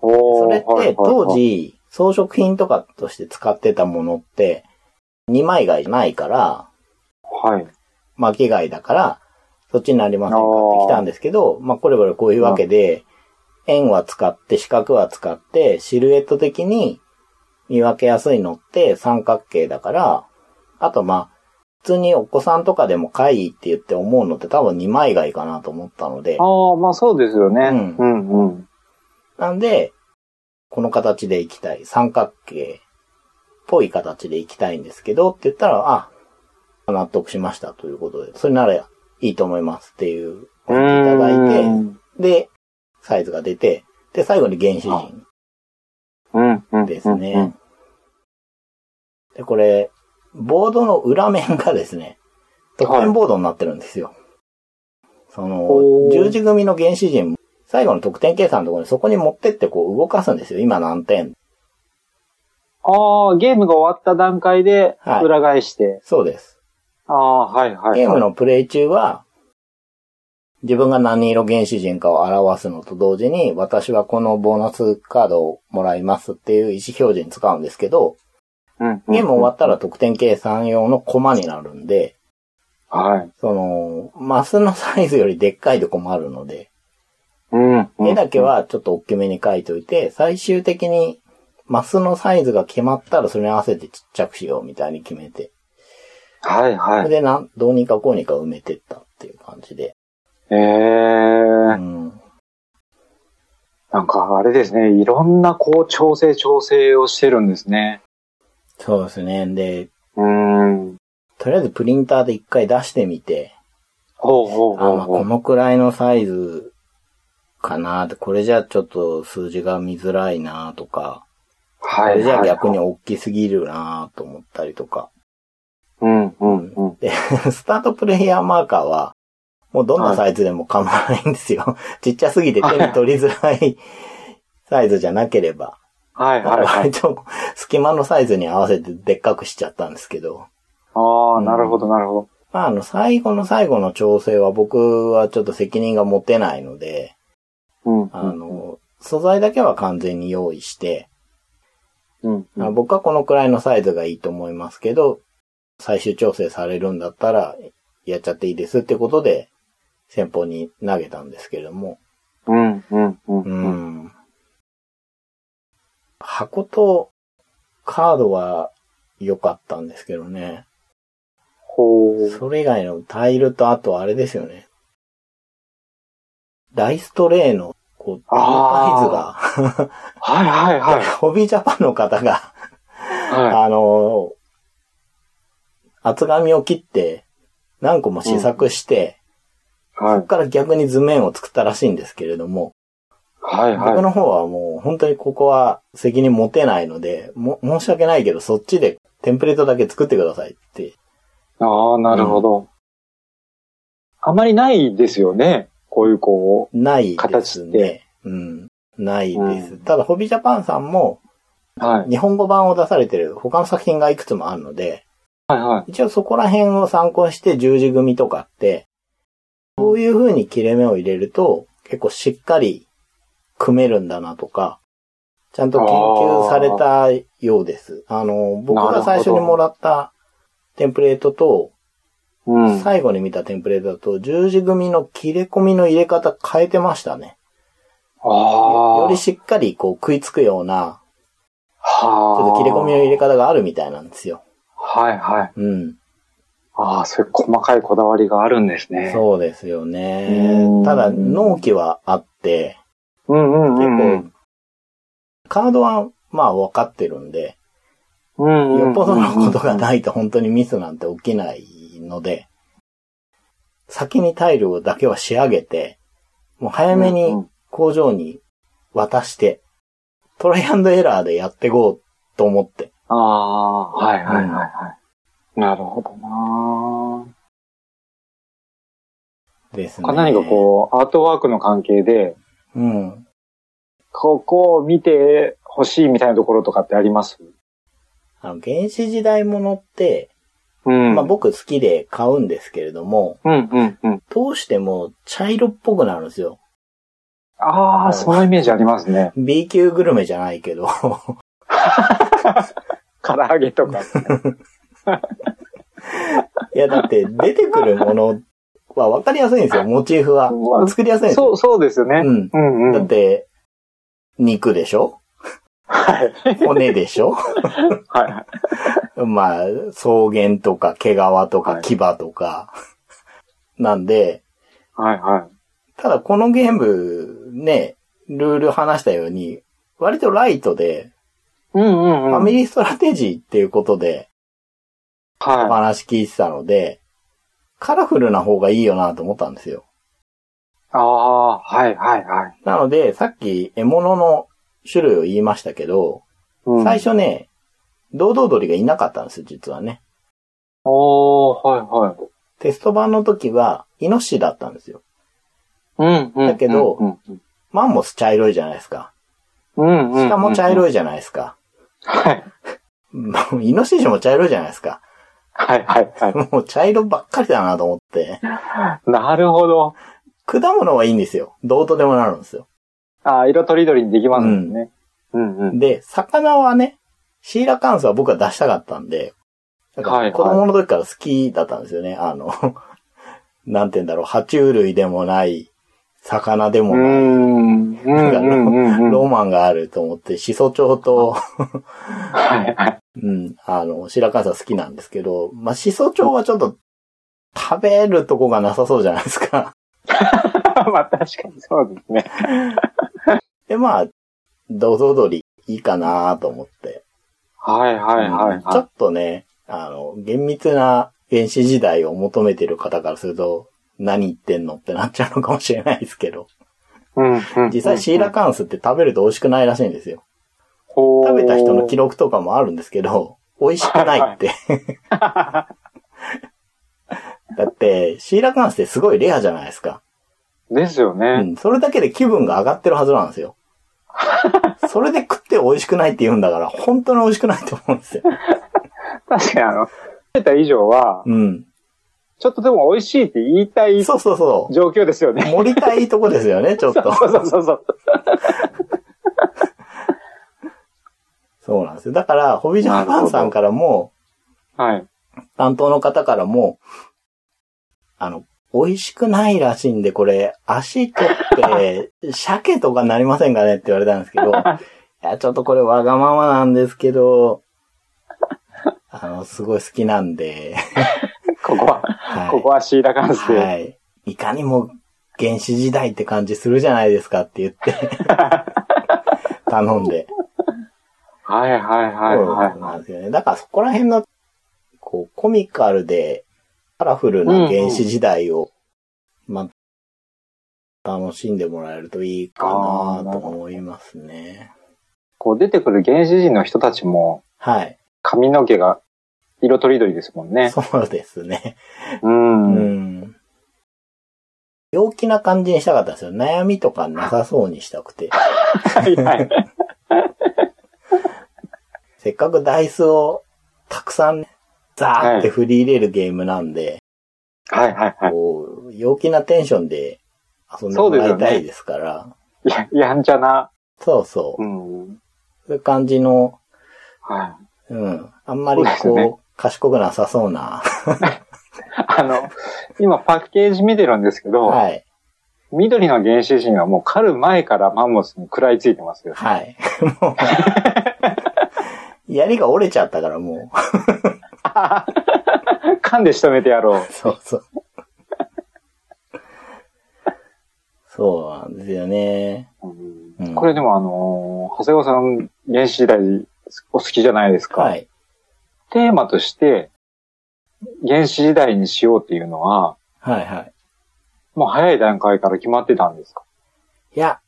S1: そ
S2: おー
S1: れって当、時装飾品とかとして使ってたものって二枚貝じゃないから、
S2: はいはいはい。はい
S1: 巻き貝だから、そっちになりませんかって来たんですけど、まあこれこれこういうわけで、円は使って四角は使って、シルエット的に見分けやすいのって三角形だから、あとまあ、普通にお子さんとかでも貝って言って思うのって多分二枚貝かなと思ったので、
S2: ああ、まあそうですよね。
S1: うん
S2: うん、うん。
S1: なんで、この形でいきたい。三角形っぽい形でいきたいんですけど、って言ったら、あ、納得しましたということで、それならいいと思いますっていう、いただ
S2: う
S1: い
S2: ん
S1: て、で、サイズが出て、で、最後に原始人
S2: うん、うん。
S1: です
S2: うん
S1: ね。。で、これ、ボードの裏面がですね、特典ボードになってるんですよ。そ
S2: ほ
S1: の
S2: う、
S1: 十字組の原始人、最後の得点計算のところにそこに持ってってこう動かすんですよ。今何点
S2: ああ、ゲームが終わった段階で
S1: はい、
S2: 裏返して。
S1: そうです。
S2: ああ、はい、はいはい。
S1: ゲームのプレイ中は、自分が何色原始人かを表すのと同時に、私はこのボーナスカードをもらいますっていう意思表示に使うんですけど、
S2: うん、うん
S1: ゲーム終わったら得点計算用のコマになるんで、
S2: はい。
S1: その、マスのサイズよりでっかいとこもあるので、
S2: うん。うん
S1: 絵だけ、はちょっと大きめに描いといて、最終的にマスのサイズが決まったらそれに合わせてちっちゃくしようみたいに決めて、
S2: はい、
S1: そ
S2: は
S1: れ
S2: い。
S1: でなん、どうにかこうにか埋めてったっていう感じで。う
S2: ええー。
S1: ん。
S2: なんかあれですね、いろんなこう調整調整をしてるんですね。
S1: そうですね。で、
S2: うーん。
S1: とりあえずプリンターで一回出してみて、
S2: ほうほう
S1: あ
S2: ほう
S1: まあ
S2: ほ
S1: こ
S2: う。
S1: のくらいのサイズかなって、これじゃちょっと数字が見づらいなとか、こ
S2: はい。
S1: れじゃ
S2: はい
S1: 逆に。大きすぎるなと思ったりとか。
S2: うん、うん、うん。
S1: で、スタートプレイヤーマーカーは、もうどんなサイズでも構わないんですよ。 [laughs] ちっちゃすぎて手に取りづらい [laughs] サイズじゃなければ。
S2: はい、はい、はい
S1: [laughs] 割。と隙間のサイズに合わせてでっかくしちゃったんですけど。
S2: ああ、なるほど、なるほど。
S1: まあ、あの、最後の最後の調整は僕はちょっと責任が持てないので、
S2: うん。
S1: あ、の、素材だけは完全に用意して、
S2: うん。
S1: あの僕はこのくらいのサイズがいいと思いますけど、最終調整されるんだったら、やっちゃっていいですってことで、先方に投げたんですけれども、
S2: うん、うん、う。
S1: うんん。箱とカードは良かったんですけどね。
S2: ほう。
S1: それ以外のタイルと、あとあれですよね。ダイストレイの、こう、
S2: あ
S1: サイズが、 [laughs]
S2: はい、はい、はい。
S1: ホビージャパンの方が、
S2: は
S1: あのー厚紙を切って、何個も試作して、
S2: い。は
S1: そこから逆に図面を作ったらしいんですけれども、
S2: い、はい、
S1: 僕
S2: はい。
S1: の方はもう本当にここは責任持てないので、も、申し訳ないけどそっちでテンプレートだけ作ってくださいって。
S2: ああ、なるほど。あまりないですよね。こういうこ
S1: ないで
S2: 形
S1: す
S2: っ
S1: ね
S2: て。
S1: うん。ないです。
S2: うん
S1: ただ、ホビージャパンさんも、
S2: う。はい。
S1: 日本語版を出されてる他の作品がいくつもあるので、
S2: はい、はい。
S1: 一応そこら辺を参考にして十字組とかって、こういう風に切れ目を入れると結構しっかり組めるんだなとか、ちゃんと研究されたようです。あの、僕が最初にもらったテンプレートと、
S2: うん。
S1: 最後に見たテンプレートだと、十字組の切れ込みの入れ方変えてましたね。
S2: ああ。
S1: よりしっかりこう食いつくような、ちょ
S2: は
S1: っと切れ込みの入れ
S2: 替え。
S1: 方があるみたいなんですよ。
S2: はい、はい。
S1: うん。
S2: ああ、そういう細かいこだわりがあるんですね。
S1: そうですよ
S2: う
S1: ね
S2: ん。
S1: ただ、納期はあって、
S2: う。うんうん
S1: 結
S2: うんう
S1: 構
S2: ん。、
S1: カードは、まあ、分かってるんで、
S2: うんうんうんうん
S1: よっぽどのことがないと本当にミスなんて起きないので、先にタイルだけは仕上げて、もう早め
S2: うんう
S1: に
S2: ん
S1: 工場に渡して、トライアンドエラーでやっていこうと思って。
S2: ああ、はいはいはいはい。なるほどな
S1: ですね。
S2: 他何かこう、アートワークの関係で、
S1: う。うん。
S2: ここを見てほしいみたいなところとかってあります
S1: あの、原始時代ものって、
S2: うん。
S1: まあ僕好きで買うんですけれども、
S2: うんうんうん。
S1: 通しても茶色っぽくなるんですよ。
S2: あ
S1: うん
S2: あ、そのイメージありますね。
S1: B 級グルメじゃないけど。 [laughs]
S2: 唐揚げとか。
S1: いや、だって出てくるものは分かりやすいんですよ、モチーフは
S2: うわ。
S1: 作りやすいんですよ。
S2: そう、そうですよね。
S1: うん。
S2: うんう
S1: だっ
S2: ん。
S1: て、肉でしょ
S2: はい。
S1: 骨でしょ [laughs]
S2: はいはい。
S1: まあ、草原とか毛皮と
S2: は
S1: か
S2: い
S1: 牙とか。なんで、
S2: はいは
S1: ただこのゲーム、ね、ルール話したように、割とライトで、
S2: い。うんうんうん。
S1: ファミリーストラテジーっていうことでお
S2: はい。
S1: 話聞いてたので、カラフルな方がいいよなと思ったんですよ。
S2: ああ、はいはいはい。
S1: なので、さっき獲物の種類を言いましたけど、
S2: うん
S1: 最。初ね、堂々鳥がいなかったんです、実はね。
S2: おー、はいはい。
S1: テスト版の時は、イノシシだったんですよ。
S2: うんうん。
S1: だけど
S2: うんうん
S1: マンモス茶色いじゃないですか。
S2: うんうん。
S1: 鹿も茶
S2: い。
S1: 色いじゃないですか。 [laughs]
S2: はい。
S1: イノシシも茶色いじゃないですか。
S2: はいはいは
S1: もう茶色ばっかりだなと思って。
S2: い。なるほど。
S1: 果物はいいんですよ。どうとでもなるんですよ。
S2: ああ、色とりどりにできますもんね。うんうん。
S1: で、魚はね、シーラカンスは僕は出したかったんで、だか
S2: はいは
S1: ら
S2: い
S1: 子供の時から好きだったんですよね。あの、 [laughs] なんて言うんだろう、爬虫類でもない、魚で
S2: うー
S1: もない、
S2: ん。うんうんうんう
S1: ロ
S2: ん。
S1: マンがあると思って、シソチョウと、
S2: はいはい。
S1: うん、あの、白川さん好きなんですけど、まあ、シソチョウはちょっと、食べるとこがなさそうじゃないですか。
S2: [laughs] まあ確かにそうですね。
S1: で、まあ、どぞどりいいかなと思って。
S2: はいはいはい
S1: ちょ
S2: は
S1: っとね、あの、厳密な原始時代を求めてる方からすると、何言ってんのってなっちゃうのかもしれないですけど。
S2: い。うんうん
S1: 実際シーラカンスって食べると美味しくないらしいんですよ。
S2: 食
S1: 食べた人の記録とかもあるんですけ
S2: [laughs]
S1: ど、美味しくないって。だって、シーラカンスってすごいレアじゃないですか。
S2: ですよ
S1: う
S2: ね。
S1: ん。それだけで気分が上がってるはずなんです
S2: [laughs]
S1: よ。それで食って美味しくないって言うんだから、本当に美味しくないと思うんですよ。
S2: 確かにあの、食べた以上は、
S1: うん。
S2: ちょっとでも美味しいって言いたい
S1: そうそうそ
S2: 状況ですよ
S1: う。
S2: ね。
S1: 盛りたいとこですよね、ちょっ
S2: [laughs] そ
S1: と
S2: う。そうそうそう。
S1: そうなんですよ。だから、ホビジャパンさんからも、
S2: はい。
S1: 担当の方からも、あの、美味しくないらしいんで、これ、足取って、鮭とかなりませんかねって言われたんですけ
S2: [laughs]
S1: ど、いや、ちょっとこれわがままなんですけど、あの、すごい好きなんで、
S2: ここは、
S1: はい。
S2: ここはシーラカンスで。
S1: はい。いかにも原始時代って感じするじゃないですかって言
S2: [laughs]
S1: って、頼んで。
S2: はいはいはい
S1: そう
S2: は
S1: なんですよね。だからそこら辺の、こう、コミカルで、カラフルな原始時代を、まあ、楽しんでもらえるといいかなと思いますね。
S2: い。こう出てくる原始人の人たちも
S1: はい。
S2: 髪の毛が色とりどりですもんね。
S1: そうですね。
S2: う。
S1: うんん。陽気な感じにしたかったんですよ。悩みとかなさそうにしたくて。
S2: はいはい。
S1: せっかくダイスをたくさんねザーって振り入れるゲームなんで、
S2: はいはいはい。
S1: こう、陽気なテンションで遊んでもらいたいですから、
S2: や、やんちゃな。
S1: そうそう
S2: う。ん。
S1: そういう感じの、
S2: はい。
S1: うん。あんまり
S2: そ
S1: こう、
S2: うですね
S1: 賢くなさそう
S2: [laughs]
S1: な。
S2: あの、今パッケージ見てるんですけど、
S1: はい。
S2: 緑の原始人はもう狩る前からマンモスに食らいついてますよ。
S1: はい。もう、 [laughs] 槍が折れちゃったからも
S2: 噛んで仕留めてやろう
S1: う。。 [laughs] そうそう。そうなんですよね。うん
S2: これでもあのー長谷川さん、原始時代お好きじゃないですか。
S1: はい。
S2: テーマとして、原始時代にしようっていうのは、
S1: はいはい。
S2: もう早い段階から決まってたんですか
S1: いや、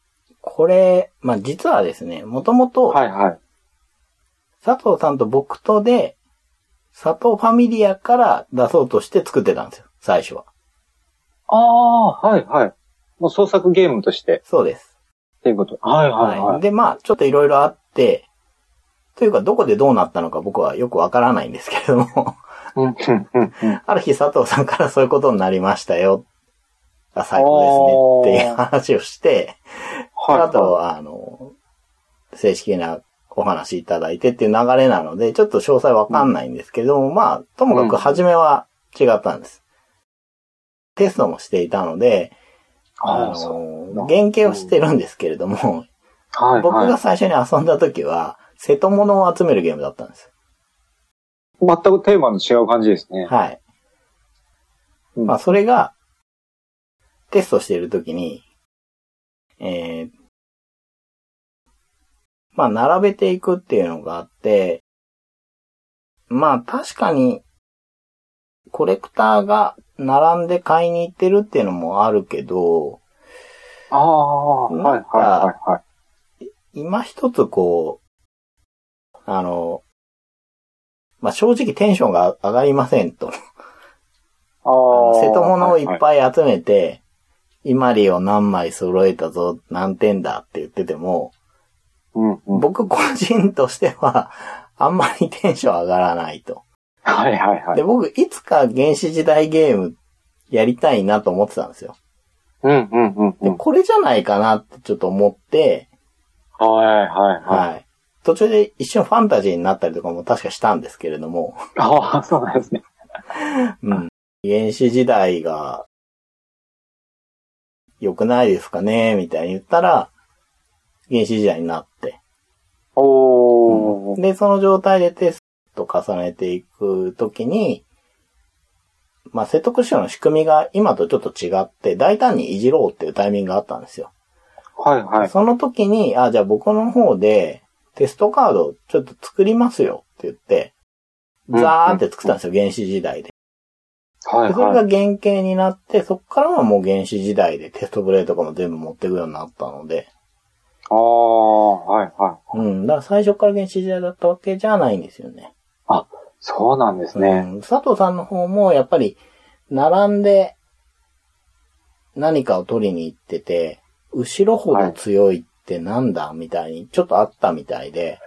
S1: これ、まあ、実はですね、もともと、
S2: はいはい。
S1: 佐藤さんと僕とで、佐藤ファミリアから出そうとして作ってたんですよ、最初は。
S2: ああ、はいはい。もう創作ゲームとして、
S1: そうです。
S2: っていうこと。はいはいはい。
S1: で、まあ、ちょっといろいろあって、というか、どこでどうなったのか僕はよくわからないんですけれども、 [laughs]
S2: うんうんうんうん
S1: ある日佐藤さんからそういうことになりましたよ。あ最高ですね。っていう話をして、
S2: はい
S1: あとは、あの、正式なお話いただいてっていう流れなので、ちょっと詳細わかんないんですけども、まあ、ともかく初めは違ったんです。テストもしていたので、あ
S2: ああ、そう。
S1: の、原型をしてるんですけれども、
S2: はい
S1: 僕が
S2: は
S1: 最初に遊んだ時は、瀬戸物を集めるゲームだったんです。
S2: い。全くテーマの違う感じですね。
S1: はい。
S2: うん
S1: まあ、それが、テストしている時に、えー、まあ、並べていくっていうのがあって、まあ、確かに、コレクターが並んで買いに行ってるっていうのもあるけど、
S2: ああ、はいはいはいはい。
S1: 今一つこう、あの、まあ、正直テンションが上がりませんと。
S2: あ
S1: あの
S2: あ。
S1: 瀬戸物をいっ
S2: い。
S1: ぱい集めて、イマリを何枚揃えたぞ、何点だって言ってても、
S2: うんうん。
S1: 僕個人としては、あんまりテンション上がらないと。
S2: はいはいはい
S1: で、。僕、いつか原始時代ゲームやりたいなと思ってたんですよ。
S2: うんうんうんう
S1: で、
S2: ん。
S1: これじゃないかなってちょっと思って、
S2: はいはいはい。
S1: はい。途中で一瞬ファンタジーになったりとかも確かしたんですけれども、
S2: ああ、そうなんですね。
S1: うん。原始時代が良くないですかねみたいに言ったら、原始時代になって。
S2: おー。
S1: で、その状態でテスト重ねていくときに、まあ、説得書の仕組みが今とちょっと違って、大胆にいじろうっていうタイミングがあったんですよ。
S2: はいはい。
S1: その時に、あ、じゃあ僕の方でテストカードをちょっと作りますよって言って、ザーって作ったんですよ、原始時代で。
S2: はい
S1: でそれが
S2: はい。
S1: 原型になって、そっからはもう原始時代でテストプレイとかも全部持っていくようになったので、
S2: ああ、はいはい。
S1: うん、だから最初から原始時代だったわけじゃないんですよね。
S2: そうなんです
S1: う
S2: ね。
S1: ん、佐藤さんの方もやっぱり、並んで何かを取りに行ってて、後ろほど強いってなんだみたいに、ちょっとあったみたいで、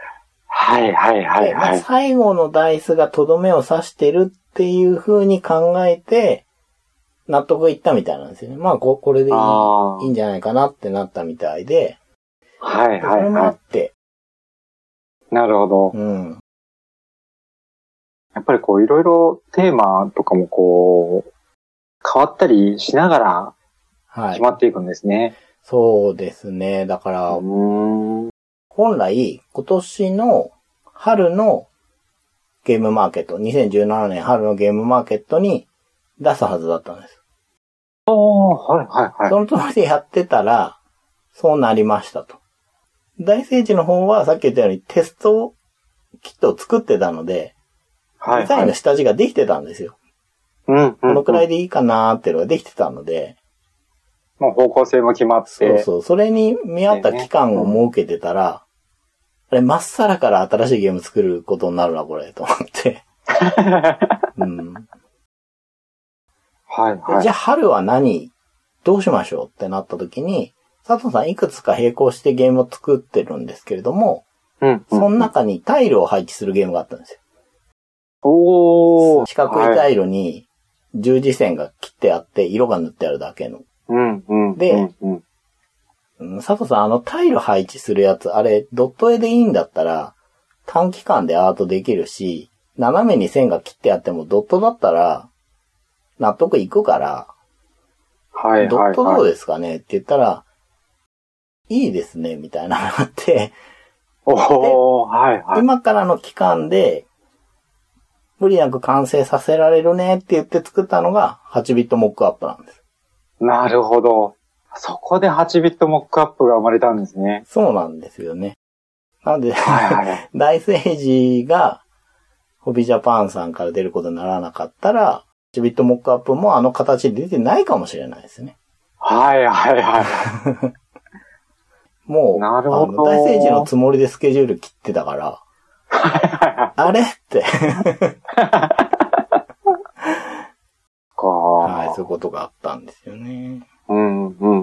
S2: はいはいはい
S1: でま
S2: は
S1: あ
S2: い。
S1: 最後のダイスがとどめを刺してるっていう風に考えて、納得いったみたいなんですよね。まあ、ここれでいい
S2: あ
S1: いいんじゃないかなってなったみたいで、
S2: あ。はい
S1: そ
S2: はい
S1: れもあ
S2: は
S1: って、
S2: い。なるほど。
S1: うん。
S2: やっぱりこういろいろテーマとかもこう、変わったりしながら
S1: は
S2: 決
S1: い。
S2: まっていくんですね。
S1: そうですね。だから
S2: う、ーん。
S1: 本来、今年の春のゲームマーケット、2017年春のゲームマーケットに出すはずだったんです。
S2: おー、はいはいはい。
S1: その通りでやってたら、そうなりましたと。大聖地の方はさっき言ったようにテストキットを作ってたので、
S2: はい
S1: デザインの下地ができてたんですよ。
S2: うんうん。こ
S1: このくらい
S2: で。
S1: でいいかなーっていうのができてたので、
S2: もう方向性も決まって。
S1: そうそう。それに見合った期間を設けてたら、あれ、まっさらから新しいゲーム作ることになるな、これ、と思
S2: [laughs]
S1: って。うん、で
S2: はいはい。
S1: じゃあ、春は何どうしましょうってなった時に、佐藤さんいくつか並行してゲームを作ってるんですけれども、
S2: うん、
S1: その中にタイルを配置するゲームがあったんです
S2: お
S1: よ。
S2: ー。
S1: 四角い
S2: は
S1: タイルに十字線が切ってあって、色が塗ってあるだけの。
S2: うんうん。
S1: で
S2: うんうん、
S1: うん佐藤さん、あのタイル配置するやつ、あれ、ドット絵でいいんだったら、短期間でアートできるし、斜めに線が切ってあってもドットだったら、納得いくから、
S2: はい
S1: ド
S2: はい
S1: ットどう
S2: はい。
S1: ですかねって言ったら、いいですね、みたいなのがあって、
S2: おー、はいはい。
S1: 今からの期間で、無理なく完成させられるねって言って作ったのが8ビットモックアップなんです。
S2: なるほど。そこで8ビットモックアップが生まれたんですね。
S1: そうなんですよね。なんで、 [laughs]
S2: はいはい。
S1: 大聖児が、ホビジャパンさんから出ることにならなかったら、チビットモックアップもあの形で出てないかもしれないですね。
S2: はいはいは
S1: もう、
S2: なるほ
S1: あ
S2: ど
S1: の大聖児のつもりでスケジュール切ってたから、あれって。
S2: か、
S1: はい、そういうことがあったんですよね。
S2: うん、うん、